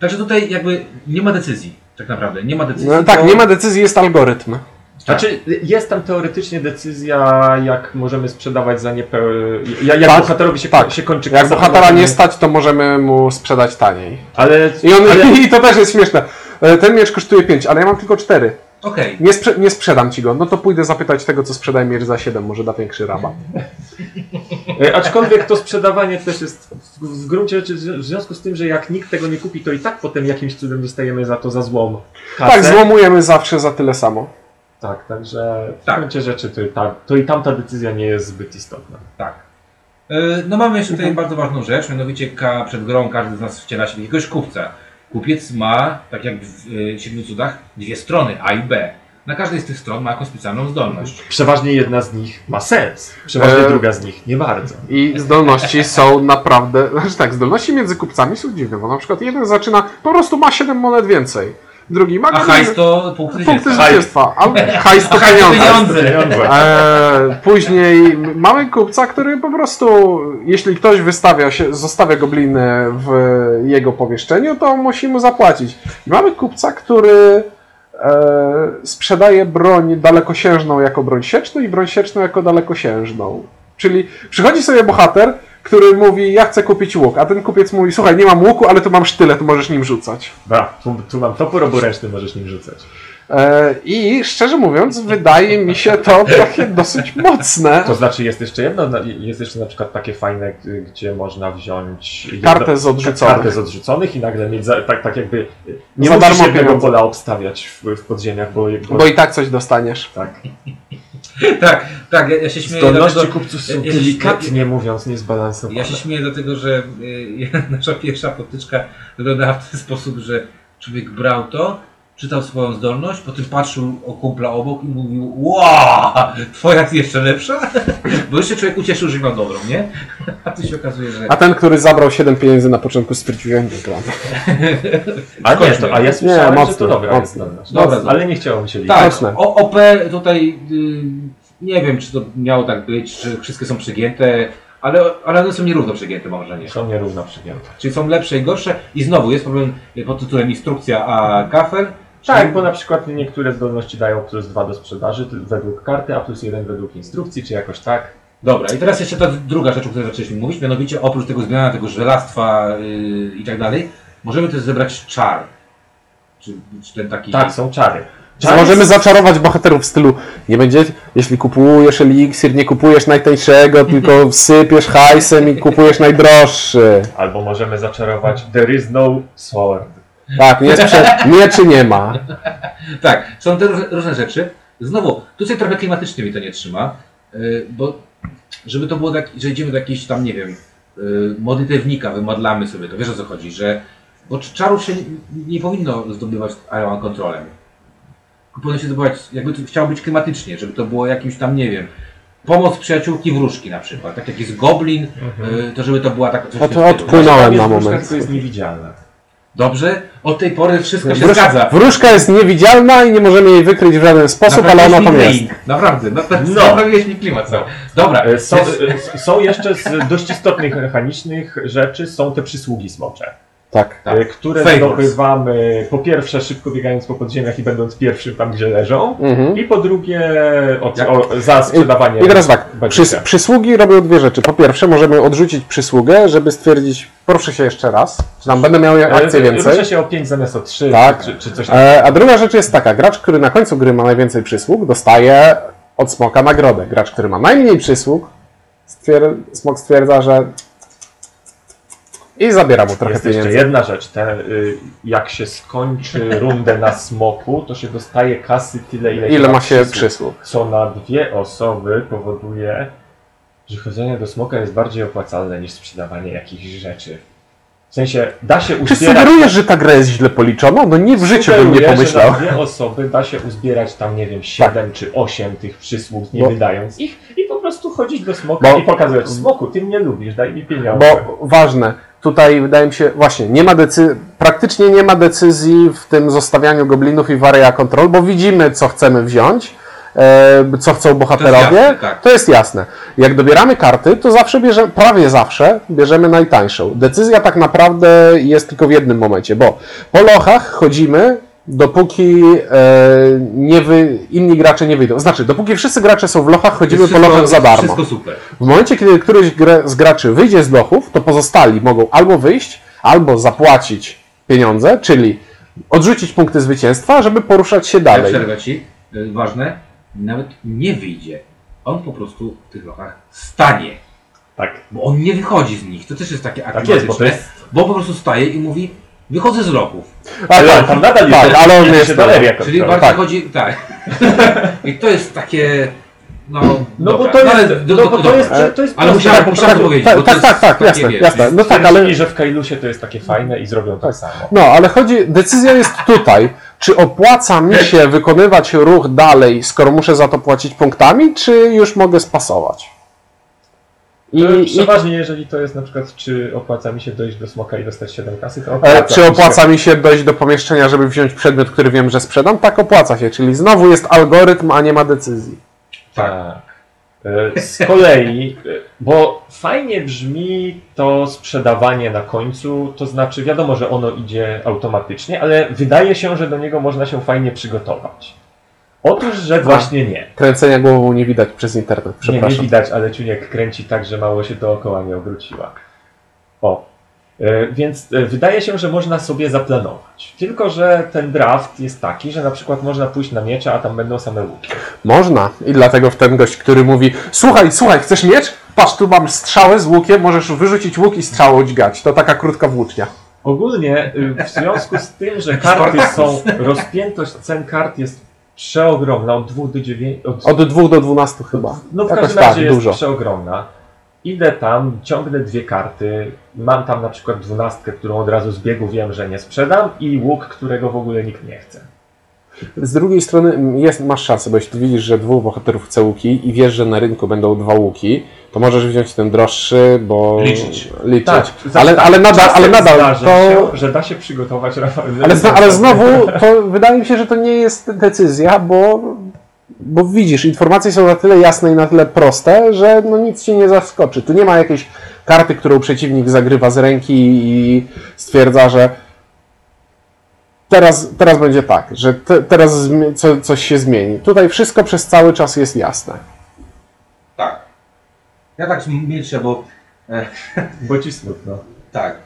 [SPEAKER 1] Także tutaj jakby nie ma decyzji, tak naprawdę. Nie ma decyzji.
[SPEAKER 2] no,
[SPEAKER 1] bo-
[SPEAKER 2] tak, nie ma decyzji, jest algorytm.
[SPEAKER 1] Tak.
[SPEAKER 3] Znaczy, jest tam teoretycznie decyzja, jak możemy sprzedawać za niepełny. Jak, jak
[SPEAKER 2] Tak,
[SPEAKER 3] bohaterowi się,
[SPEAKER 2] tak.
[SPEAKER 3] się kończy
[SPEAKER 2] Jak
[SPEAKER 3] kasa,
[SPEAKER 2] bohatera
[SPEAKER 3] to-
[SPEAKER 2] nie stać, to możemy mu sprzedać taniej.
[SPEAKER 3] Ale,
[SPEAKER 2] I, on,
[SPEAKER 3] ale
[SPEAKER 2] i to też jest śmieszne. E, Ten miecz kosztuje 5, ale ja mam tylko 4.
[SPEAKER 1] Okej.
[SPEAKER 2] Nie, sprze- nie sprzedam ci go, no to pójdę zapytać tego, co sprzedaje Mir za 7, może da większy rabat.
[SPEAKER 3] E, Aczkolwiek to sprzedawanie też jest w- w gruncie rzeczy, w związku z tym, że jak nikt tego nie kupi, to i tak potem jakimś cudem dostajemy za to za złom. kasę.
[SPEAKER 2] Tak, złomujemy zawsze za tyle samo.
[SPEAKER 3] Tak, także w
[SPEAKER 1] Tak.
[SPEAKER 3] gruncie rzeczy to i, ta, to i tamta decyzja nie jest zbyt istotna.
[SPEAKER 1] Tak. Y, No mamy jeszcze tutaj bardzo ważną rzecz, mianowicie ka- przed grą każdy z nas wciela się w jakiegoś kupca. Kupiec ma, tak jak w y, Siedmiu Cudach, dwie strony, A i B. Na każdej z tych stron ma jakąś specjalną zdolność.
[SPEAKER 3] Przeważnie jedna z nich ma sens, przeważnie
[SPEAKER 2] E,
[SPEAKER 3] druga z nich nie bardzo.
[SPEAKER 2] I zdolności są naprawdę. Znaczy tak, zdolności między kupcami są dziwne, bo na przykład jeden zaczyna, po prostu ma 7 monet więcej, drugi ma.
[SPEAKER 1] A hajs to punkty
[SPEAKER 2] Tak, Punkty
[SPEAKER 1] zyska.
[SPEAKER 2] zwycięstwa, a hajs to
[SPEAKER 1] A hajs to
[SPEAKER 2] pieniądze.
[SPEAKER 1] pieniądze.
[SPEAKER 2] Eee, później mamy kupca, który po prostu, jeśli ktoś wystawia się, zostawia gobliny w jego pomieszczeniu, to musi mu zapłacić. I mamy kupca, który eee, sprzedaje broń dalekosiężną jako broń sieczną i broń sieczną jako dalekosiężną. Czyli przychodzi sobie bohater, który mówi, ja chcę kupić łuk, a ten kupiec mówi, słuchaj, nie mam łuku, ale tu mam sztylet, możesz nim rzucać.
[SPEAKER 3] Ba, tu, tu mam topór oburęczny, możesz nim rzucać.
[SPEAKER 2] Eee, I szczerze mówiąc, wydaje mi się to takie dosyć mocne.
[SPEAKER 3] To znaczy jest jeszcze jedno, na- jest jeszcze na przykład takie fajne, g- gdzie można wziąć jedno-
[SPEAKER 2] Kartę z odrzuconych.
[SPEAKER 3] kartę z odrzuconych i nagle mieć za, tak, tak jakby nie
[SPEAKER 2] Za
[SPEAKER 3] musisz
[SPEAKER 2] darmo
[SPEAKER 3] jednego
[SPEAKER 2] pieniądze.
[SPEAKER 3] pola obstawiać w, w podziemiach, bo, bo,
[SPEAKER 2] Bo i tak coś dostaniesz.
[SPEAKER 3] tak.
[SPEAKER 1] Tak, tak, ja, ja się śmieję.
[SPEAKER 3] zdolności
[SPEAKER 1] dlatego-
[SPEAKER 3] kupców
[SPEAKER 1] ja-
[SPEAKER 3] są
[SPEAKER 1] ja się-
[SPEAKER 3] delikatnie mówiąc niezbalansowane.
[SPEAKER 1] Ja się śmieję dlatego, że y, nasza pierwsza potyczka wyglądała w ten sposób, że człowiek brał to, czytał swoją zdolność, potem patrzył o kumpla obok i mówił Ła, twoja jest jeszcze lepsza? Bo jeszcze człowiek ucieszył, że ma dobrą, nie? A tu się okazuje, że... Tak,
[SPEAKER 2] A ten, który zabrał 7 pieniędzy na początku, stwierdził, ja nie gram.
[SPEAKER 3] a, nie,
[SPEAKER 1] Skończmy.
[SPEAKER 3] to, a ja słyszałem, że to
[SPEAKER 2] mocno,
[SPEAKER 3] dobra jest
[SPEAKER 2] mocno.
[SPEAKER 3] zdolność.
[SPEAKER 1] Dobra,
[SPEAKER 3] Mocno, ale nie chciało mi się liczyć.
[SPEAKER 1] Tak,
[SPEAKER 2] Jasne.
[SPEAKER 1] o, OP tutaj y, nie wiem, czy to miało tak być, czy wszystkie są przegięte, ale, ale one są nierówno przegięte, mam wrażenie.
[SPEAKER 3] Są nierówno przygięte.
[SPEAKER 1] Czyli są lepsze i gorsze i znowu jest problem y, pod tytułem instrukcja, a kafel.
[SPEAKER 3] Tak, bo na przykład niektóre zdolności dają plus 2 do sprzedaży ty- według karty, a plus 1 według instrukcji, czy jakoś tak.
[SPEAKER 1] Dobra, i teraz jeszcze ta druga rzecz, o której zaczęliśmy mówić, mianowicie oprócz tego zmiana tego żelastwa yy, i tak dalej, możemy też zebrać czar. Czy, czy ten taki.
[SPEAKER 3] Tak, są czary.
[SPEAKER 2] Czy możemy zaczarować bohaterów w stylu, nie będzie, jeśli kupujesz eliksir, nie kupujesz najtańszego, tylko wsypiesz hajsem i kupujesz najdroższy.
[SPEAKER 3] Albo możemy zaczarować There is no sword.
[SPEAKER 2] Tak, nie, sprze- nie czy nie ma.
[SPEAKER 1] tak, są te różne, różne rzeczy. Znowu, tutaj trochę klimatycznie mi to nie trzyma, yy, bo żeby to było tak, że idziemy do jakiejś tam, nie wiem, yy, modlitewnika, wymadlamy sobie to, wiesz o co chodzi, że. Bo cz- czarów się nie, nie powinno zdobywać Iron Controlem. Powinno się zdobywać, jakby to chciało być klimatycznie, żeby to było jakimś tam, nie wiem, pomoc przyjaciółki wróżki na przykład. Tak jak jest Goblin, yy, to żeby to była taka... coś w
[SPEAKER 2] O, to
[SPEAKER 1] tym stylu.
[SPEAKER 2] odpłynę. Płynąłem
[SPEAKER 3] Tam jest
[SPEAKER 2] na
[SPEAKER 3] wróżka,
[SPEAKER 2] moment.
[SPEAKER 3] która jest niewidzialna.
[SPEAKER 1] Dobrze? Od tej pory wszystko się
[SPEAKER 2] Wróż-
[SPEAKER 1] zgadza.
[SPEAKER 2] wróżka jest niewidzialna i nie możemy jej wykryć w żaden sposób, ale ona tam
[SPEAKER 1] Naprawiliśmy
[SPEAKER 2] jest.
[SPEAKER 1] link. Naprawdę, naprawdę,
[SPEAKER 3] No.
[SPEAKER 1] naprawiliśmy klimat cały. Dobra,
[SPEAKER 3] E, Są,
[SPEAKER 1] jest-
[SPEAKER 3] e, s- są jeszcze z dość istotnych mechanicznych rzeczy, są te przysługi smocze,
[SPEAKER 2] Tak.
[SPEAKER 1] Tak.
[SPEAKER 3] e, które
[SPEAKER 1] Favors.
[SPEAKER 3] zdobywamy po pierwsze szybko biegając po podziemiach i będąc pierwszym tam, gdzie leżą,
[SPEAKER 2] Mhm.
[SPEAKER 3] i po drugie od,
[SPEAKER 1] Jak-
[SPEAKER 3] o, za sprzedawanie
[SPEAKER 2] I teraz tak,
[SPEAKER 3] badzika.
[SPEAKER 2] przys- przysługi robią dwie rzeczy. Po pierwsze, możemy odrzucić przysługę, żeby stwierdzić, proszę się jeszcze raz, czy tam będę miał
[SPEAKER 3] E,
[SPEAKER 2] akcję więcej.
[SPEAKER 3] Ruszę się o 5 zamiast o 3,
[SPEAKER 2] Tak.
[SPEAKER 3] czy, czy coś takiego.
[SPEAKER 2] E, A druga rzecz jest taka, gracz, który na końcu gry ma najwięcej przysług, dostaje od smoka nagrodę. Gracz, który ma najmniej przysług, stwier... smok stwierdza, że i zabiera mu trochę
[SPEAKER 3] Jest jeszcze
[SPEAKER 2] pieniędzy.
[SPEAKER 3] jedna rzecz, te, y, jak się skończy rundę na smoku, to się dostaje kasy tyle, ile,
[SPEAKER 2] Ile ma się
[SPEAKER 3] przysług,
[SPEAKER 2] przysług?
[SPEAKER 3] Co na dwie osoby powoduje, że chodzenie do smoka jest bardziej opłacalne niż sprzedawanie jakichś rzeczy. W sensie, da się
[SPEAKER 2] Czy
[SPEAKER 3] uzbierać...
[SPEAKER 2] sugerujesz, że ta gra jest źle policzona? No nie w życiu bym nie
[SPEAKER 3] Sugeruję,
[SPEAKER 2] pomyślał. Tak.
[SPEAKER 3] Że na dwie osoby da się uzbierać tam, nie wiem, 7 czy 8 tych przysług, nie
[SPEAKER 2] Bo-
[SPEAKER 3] wydając ich i po prostu chodzić do smoka
[SPEAKER 2] Bo-
[SPEAKER 3] i pokazywać smoku, ty mnie lubisz, daj mi pieniądze.
[SPEAKER 2] Bo ważne, tutaj wydaje mi się, właśnie, nie ma decy- praktycznie nie ma decyzji w tym zostawianiu goblinów i waria kontrol, bo widzimy, co chcemy wziąć, e, co chcą bohaterowie.
[SPEAKER 1] jasne, tak.
[SPEAKER 2] To jest jasne. Jak dobieramy karty, to zawsze bierzemy, prawie zawsze bierzemy najtańszą. Decyzja tak naprawdę jest tylko w jednym momencie, bo po lochach chodzimy, dopóki e, nie wy, inni gracze nie wyjdą. Znaczy, dopóki wszyscy gracze są w lochach, chodzimy po
[SPEAKER 1] wszystko-
[SPEAKER 2] lochach za darmo.
[SPEAKER 1] Wszystko super.
[SPEAKER 2] W momencie, kiedy któryś gre- z graczy wyjdzie z lochów, to pozostali mogą albo wyjść, albo zapłacić pieniądze, czyli odrzucić punkty zwycięstwa, żeby poruszać się
[SPEAKER 1] Ale
[SPEAKER 2] dalej.
[SPEAKER 1] przerwę ci, y, ważne, nawet nie wyjdzie. On po prostu w tych lokach stanie,
[SPEAKER 3] Tak.
[SPEAKER 1] bo on nie wychodzi z nich. To też jest takie
[SPEAKER 3] Tak jest, bo to
[SPEAKER 1] akrobatyczne,
[SPEAKER 3] jest.
[SPEAKER 1] bo po prostu staje i mówi, wychodzę z loków.
[SPEAKER 2] A,
[SPEAKER 3] Ale on
[SPEAKER 2] tak,
[SPEAKER 3] tam nadal
[SPEAKER 2] tak,
[SPEAKER 3] jest.
[SPEAKER 2] ale on
[SPEAKER 3] się
[SPEAKER 2] jest-
[SPEAKER 3] dalej jako
[SPEAKER 1] Czyli
[SPEAKER 3] troll.
[SPEAKER 1] bardziej
[SPEAKER 2] tak.
[SPEAKER 1] chodzi, tak. I to jest takie, no,
[SPEAKER 3] No bo
[SPEAKER 1] dobra.
[SPEAKER 3] to
[SPEAKER 1] ale
[SPEAKER 3] jest.
[SPEAKER 1] do-
[SPEAKER 3] No
[SPEAKER 1] do-
[SPEAKER 3] bo to
[SPEAKER 1] dobra.
[SPEAKER 3] jest. To jest
[SPEAKER 1] Ale musiałem,
[SPEAKER 3] proste.
[SPEAKER 1] musiałem to powiedzieć.
[SPEAKER 2] tak,
[SPEAKER 1] bo to
[SPEAKER 2] tak,
[SPEAKER 1] jest
[SPEAKER 2] tak, tak,
[SPEAKER 1] takie,
[SPEAKER 2] jasne,
[SPEAKER 1] wiesz,
[SPEAKER 2] jasne. No tak, ale
[SPEAKER 3] Stwierdzili, że w Kailusie to jest takie fajne i zrobią tak samo.
[SPEAKER 2] No, ale chodzi, decyzja jest tutaj. Czy opłaca mi się wykonywać ruch dalej, skoro muszę za to płacić punktami, czy już mogę spasować? I, i
[SPEAKER 3] Przeważnie, jeżeli to jest na przykład, czy opłaca mi się dojść do smoka i dostać 7 kasy, to opłaca.
[SPEAKER 2] e,
[SPEAKER 3] mi
[SPEAKER 2] czy
[SPEAKER 3] się.
[SPEAKER 2] opłaca mi się dojść do pomieszczenia, żeby wziąć przedmiot, który wiem, że sprzedam? Tak, opłaca się, czyli znowu jest algorytm, a nie ma decyzji.
[SPEAKER 3] Tak. E, Z kolei, e, bo fajnie brzmi to sprzedawanie na końcu, to znaczy wiadomo, że ono idzie automatycznie, ale wydaje się, że do niego można się fajnie przygotować. Otóż, że właśnie nie.
[SPEAKER 2] Kręcenia głową nie widać przez internet,
[SPEAKER 3] Nie, nie
[SPEAKER 2] przepraszam.
[SPEAKER 3] widać, ale ciuniek kręci tak, że mało się dookoła nie obróciła. O. E, Więc e, wydaje się, że można sobie zaplanować. Tylko, że ten draft jest taki, że na przykład można pójść na miecze, a tam będą same łuki.
[SPEAKER 2] Można. I dlatego w ten gość, który mówi, słuchaj, słuchaj, chcesz miecz? Patrz, tu mam strzałę z łukiem, możesz wyrzucić łuk i strzałą dźgać. To taka krótka włócznia.
[SPEAKER 3] Ogólnie y, w związku z tym, że karty są, rozpiętość cen kart jest przeogromna, od 2 do 9, od,
[SPEAKER 2] Od 2 do 12 chyba.
[SPEAKER 3] no w
[SPEAKER 2] jakoś
[SPEAKER 3] każdym
[SPEAKER 2] tak,
[SPEAKER 3] razie jest
[SPEAKER 2] dużo.
[SPEAKER 3] przeogromna. Idę tam, ciągnę dwie karty, mam tam na przykład dwunastkę, którą od razu z biegu wiem, że nie sprzedam i łuk, którego w ogóle nikt nie chce.
[SPEAKER 2] Z drugiej strony m, jest, masz szansę, bo jeśli widzisz, że dwóch bohaterów chce łuki i wiesz, że na rynku będą dwa łuki, to możesz wziąć ten droższy, bo...
[SPEAKER 1] Liczyć.
[SPEAKER 2] liczyć.
[SPEAKER 3] Tak, zawsze
[SPEAKER 2] ale, ale nadal, ale
[SPEAKER 3] Czasem
[SPEAKER 2] nadal
[SPEAKER 3] zdarza
[SPEAKER 2] to...
[SPEAKER 3] się, że da się przygotować Rafał.
[SPEAKER 2] Ale, zna, ale znowu, to wydaje mi się, że to nie jest decyzja, bo, bo widzisz, informacje są na tyle jasne i na tyle proste, że no nic cię nie zaskoczy. Tu nie ma jakiejś karty, którą przeciwnik zagrywa z ręki i stwierdza, że teraz, teraz będzie tak, że te, teraz zmi- co, coś się zmieni. Tutaj wszystko przez cały czas jest jasne.
[SPEAKER 1] Tak. Ja tak milczę, bo
[SPEAKER 3] Bo ci smutno.
[SPEAKER 1] Tak.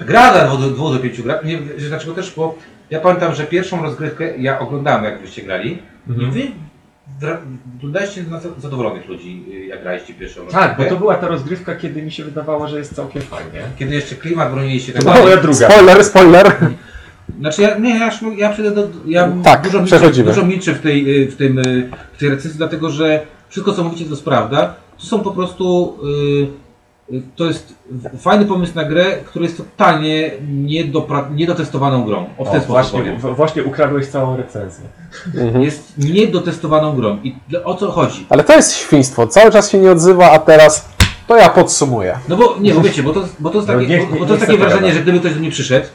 [SPEAKER 1] Gra na 2 do 5 gra. Nie, wiesz dlaczego też? Bo ja pamiętam, że pierwszą rozgrywkę ja oglądałem, jak wyście grali.
[SPEAKER 3] Mhm.
[SPEAKER 1] I wy dra- wyglądaliście na za- zadowolonych ludzi, y, jak graliście pierwszą
[SPEAKER 3] Tak, bo
[SPEAKER 1] rozgrywkę.
[SPEAKER 3] to była ta rozgrywka, kiedy mi się wydawało, że jest całkiem fajnie.
[SPEAKER 1] Kiedy jeszcze klimat broniliście tak
[SPEAKER 3] To
[SPEAKER 1] dalej.
[SPEAKER 3] moja druga.
[SPEAKER 2] Spoiler, spoiler.
[SPEAKER 1] Znaczy ja, nie, ja, już- ja przejdę do... Ja
[SPEAKER 2] Tak,
[SPEAKER 1] dużo milczę,
[SPEAKER 2] przechodzimy.
[SPEAKER 1] dużo milczę w tej, y, w, tym, y, w tej recenzji, dlatego że wszystko co mówicie to jest prawda. To są po prostu... y, y, To jest w- fajny pomysł na grę, który jest totalnie niedopra- niedotestowaną grą. O, w ten
[SPEAKER 3] O,
[SPEAKER 1] sposób
[SPEAKER 3] właśnie,
[SPEAKER 1] powiem.
[SPEAKER 3] w- właśnie ukradłeś całą recenzję.
[SPEAKER 2] Mhm.
[SPEAKER 1] Jest niedotestowaną grą. I dla- o co chodzi?
[SPEAKER 2] Ale to jest świństwo. Cały czas się nie odzywa, a teraz to ja podsumuję.
[SPEAKER 1] No bo nie, bo wiecie, bo to, bo to jest
[SPEAKER 3] No
[SPEAKER 1] takie,
[SPEAKER 3] niech-
[SPEAKER 1] bo, bo
[SPEAKER 3] niech
[SPEAKER 1] to jest takie
[SPEAKER 3] zapowiada.
[SPEAKER 1] wrażenie, że gdyby ktoś do mnie przyszedł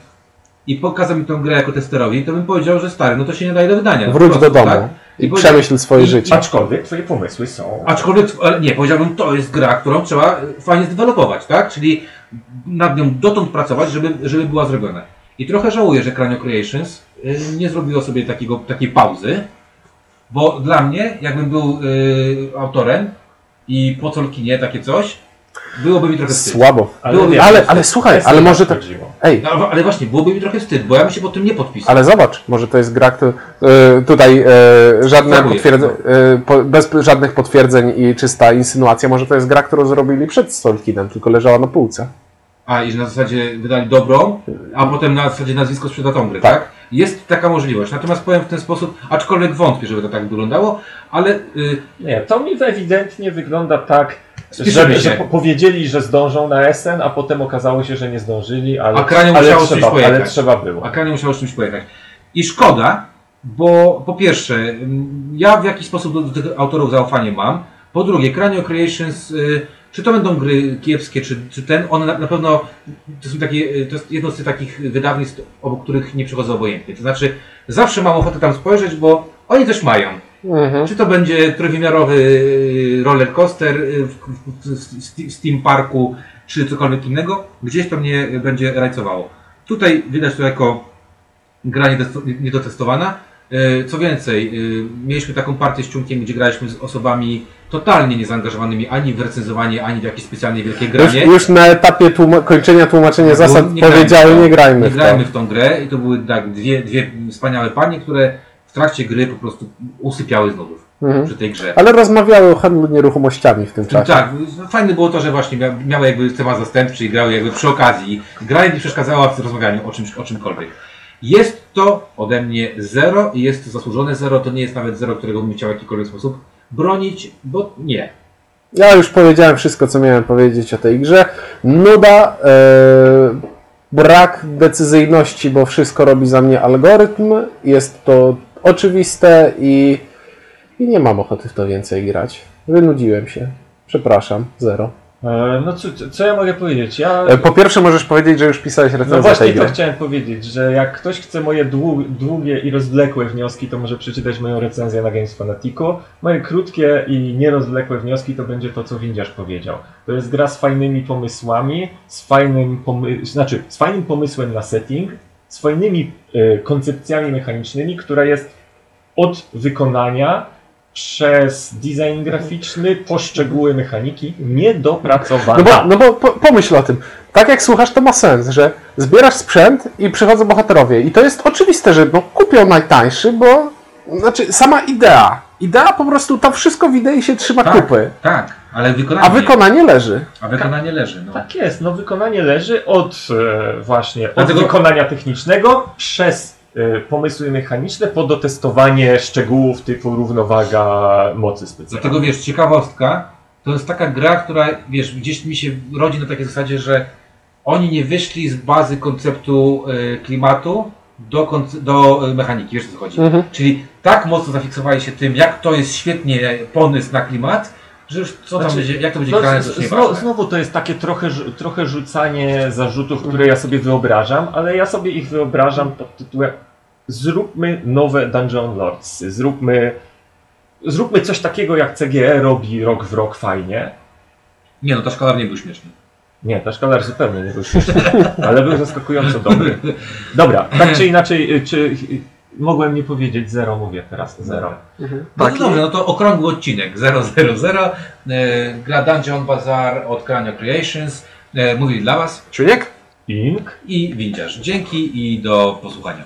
[SPEAKER 1] i pokazał mi tę grę jako testerowi, to bym powiedział, że stary, no to się nie daje do wydania. no po
[SPEAKER 2] Wróć
[SPEAKER 1] prostu,
[SPEAKER 2] do domu
[SPEAKER 1] tak?
[SPEAKER 2] i
[SPEAKER 1] powie-
[SPEAKER 2] przemyśl swoje
[SPEAKER 1] i-
[SPEAKER 2] życie.
[SPEAKER 3] Aczkolwiek twoje pomysły są.
[SPEAKER 1] Aczkolwiek, ale nie, powiedziałbym, to jest gra, którą trzeba y, fajnie zdevelopować, tak? Czyli nad nią dotąd pracować, żeby, żeby była zrobiona. I trochę żałuję, że Cranio Creations y, nie zrobiło sobie takiego, takiej pauzy, bo dla mnie, jakbym był y, autorem i po Tolkienie takie coś, byłoby mi trochę wstyd.
[SPEAKER 2] Słabo.
[SPEAKER 1] Było-
[SPEAKER 3] wiesz,
[SPEAKER 2] No, Ale,
[SPEAKER 3] to
[SPEAKER 2] ale
[SPEAKER 3] jest-
[SPEAKER 2] słuchaj,
[SPEAKER 3] jest
[SPEAKER 2] ale
[SPEAKER 3] to
[SPEAKER 2] może tak.
[SPEAKER 3] chodziło.
[SPEAKER 2] Ej,
[SPEAKER 1] No, ale- ale właśnie, byłoby mi trochę wstyd, bo ja bym się pod tym nie podpisał.
[SPEAKER 2] ale zobacz, może to jest gra, kto, y, tutaj y, żadne
[SPEAKER 1] Żałuję.
[SPEAKER 2] potwierdzeń, y, po, bez żadnych potwierdzeń i czysta insynuacja, może to jest gra, którą zrobili przed Solkinem, tylko leżała na półce.
[SPEAKER 1] A, i że na zasadzie wydali dobrą, a potem na zasadzie nazwisko sprzeda tą grę, tak? Jest taka możliwość. Natomiast powiem w ten sposób, aczkolwiek wątpię, żeby to tak wyglądało, ale y,
[SPEAKER 3] Nie, to mi ewidentnie wygląda tak,
[SPEAKER 1] Spieszymy
[SPEAKER 3] że,
[SPEAKER 1] się.
[SPEAKER 3] że po- powiedzieli, że zdążą na SN, a potem okazało się, że nie zdążyli, ale,
[SPEAKER 1] A Kranią
[SPEAKER 3] ale,
[SPEAKER 1] musiało coś
[SPEAKER 3] trzeba,
[SPEAKER 1] pojechać.
[SPEAKER 3] ale trzeba było.
[SPEAKER 1] Akane musiało z czymś pojechać. I szkoda, bo po pierwsze, mm, ja w jakiś sposób do, do tych autorów zaufanie mam. Po drugie, Cranio Creations, y, czy to będą gry kiepskie, czy, czy ten, one na, na pewno to, są takie, y, to jest jedno z tych takich wydawnictw, obok których nie przychodzę obojętnie. To znaczy, zawsze mam ochotę tam spojrzeć, bo oni też mają.
[SPEAKER 2] Mhm.
[SPEAKER 1] Czy to będzie trójwymiarowy y, roller coaster y, w, w, w, w Steam Parku, czy cokolwiek innego, gdzieś to mnie będzie rajcowało. Tutaj widać to jako gra nietesto- niedotestowana, E, Co więcej, e, mieliśmy taką partię z ciunkiem, gdzie graliśmy z osobami totalnie niezaangażowanymi ani w recenzowanie, ani w jakieś specjalnie wielkie
[SPEAKER 2] Już,
[SPEAKER 1] granie.
[SPEAKER 2] już na etapie tłum- kończenia tłumaczenia
[SPEAKER 1] Było-
[SPEAKER 2] zasad
[SPEAKER 1] No, nie grajmy
[SPEAKER 2] powiedziały
[SPEAKER 1] w to.
[SPEAKER 2] nie grajmy
[SPEAKER 1] Nie
[SPEAKER 2] w
[SPEAKER 1] grajmy
[SPEAKER 2] to.
[SPEAKER 1] w tą grę i to były tak dwie, dwie wspaniałe panie, które w trakcie gry po prostu usypiały znowu
[SPEAKER 2] Mhm.
[SPEAKER 1] przy tej grze.
[SPEAKER 2] Ale rozmawiały o handlu nieruchomościami w tym
[SPEAKER 1] No
[SPEAKER 2] czasie.
[SPEAKER 1] tak, fajne było to, że właśnie mia- miały jakby temat zastępczy i grały jakby przy okazji. Gra im nie przeszkadzała w rozmawianiu o czymś, o czymkolwiek. Jest to ode mnie zero i jest to zasłużone zero. To nie jest nawet zero, którego bym chciał w jakikolwiek sposób bronić, bo nie.
[SPEAKER 2] Ja już powiedziałem wszystko, co miałem powiedzieć o tej grze. Nuda, e, brak decyzyjności, bo wszystko robi za mnie algorytm. Jest to oczywiste i, i nie mam ochoty w to więcej grać. Wynudziłem się. Przepraszam, zero.
[SPEAKER 3] E, No co, co- co ja mogę powiedzieć? Ja...
[SPEAKER 2] E, Po pierwsze możesz powiedzieć, że już pisałeś recenzję
[SPEAKER 3] No właśnie
[SPEAKER 2] tej
[SPEAKER 3] to
[SPEAKER 2] gry.
[SPEAKER 3] chciałem powiedzieć, że jak ktoś chce moje dłu- długie i rozwlekłe wnioski, to może przeczytać moją recenzję na Games Fanaticu. Moje krótkie i nierozwlekłe wnioski to będzie to, co Windziarz powiedział. To jest gra z fajnymi pomysłami, z fajnym, pomy- znaczy, z fajnym pomysłem na setting, z fajnymi e, koncepcjami mechanicznymi, która jest od wykonania przez design graficzny, poszczegóły mechaniki
[SPEAKER 2] No
[SPEAKER 3] niedopracowana.
[SPEAKER 2] bo, no bo po, pomyśl o tym. Tak jak słuchasz, to ma sens, że zbierasz sprzęt i przychodzą bohaterowie. I to jest oczywiste, że no, kupią najtańszy, bo znaczy sama idea. Idea po prostu, to wszystko w idei się trzyma kupy.
[SPEAKER 1] tak, ale wykonanie,
[SPEAKER 2] A wykonanie leży.
[SPEAKER 1] a wykonanie leży. No.
[SPEAKER 3] Tak jest, no wykonanie leży od e, właśnie od
[SPEAKER 1] Dlatego-
[SPEAKER 3] wykonania technicznego przez e, pomysły mechaniczne po dotestowanie szczegółów typu równowaga mocy specjalnej.
[SPEAKER 1] Dlatego wiesz, ciekawostka, to jest taka gra, która wiesz, gdzieś mi się rodzi na takiej zasadzie, że oni nie wyszli z bazy konceptu e, klimatu do, konce- do e, mechaniki, wiesz o co chodzi.
[SPEAKER 2] Mhm.
[SPEAKER 1] Czyli tak mocno zafiksowali się tym, jak to jest świetnie pomysł na klimat, że już co tam
[SPEAKER 3] Znaczy,
[SPEAKER 1] będzie, jak to będzie
[SPEAKER 3] No,
[SPEAKER 1] grane,
[SPEAKER 3] z-
[SPEAKER 1] to już
[SPEAKER 3] z-
[SPEAKER 1] nie
[SPEAKER 3] znowu,
[SPEAKER 1] ważne.
[SPEAKER 3] znowu to jest takie trochę, rzu- trochę rzucanie zarzutów, które ja sobie wyobrażam, ale ja sobie ich wyobrażam pod tytułem zróbmy nowe Dungeon Lords, zróbmy, zróbmy coś takiego jak CGE robi rok w rok fajnie.
[SPEAKER 1] Nie no, ta szkoła nie był śmieszny.
[SPEAKER 3] Nie, ta szkolar zupełnie nie był śmieszny, ale był zaskakująco dobry. Dobra, tak czy inaczej, y, czy y, mogłem nie powiedzieć zero, mówię teraz zero.
[SPEAKER 1] No
[SPEAKER 2] Tak,
[SPEAKER 1] to dobrze, no to okrągły odcinek 000. E, gra Dungeon Bazaar od Kranio Creations. E, mówili dla Was
[SPEAKER 2] Czujek?
[SPEAKER 3] Ink?
[SPEAKER 1] i Windziarz. Dzięki i do posłuchania.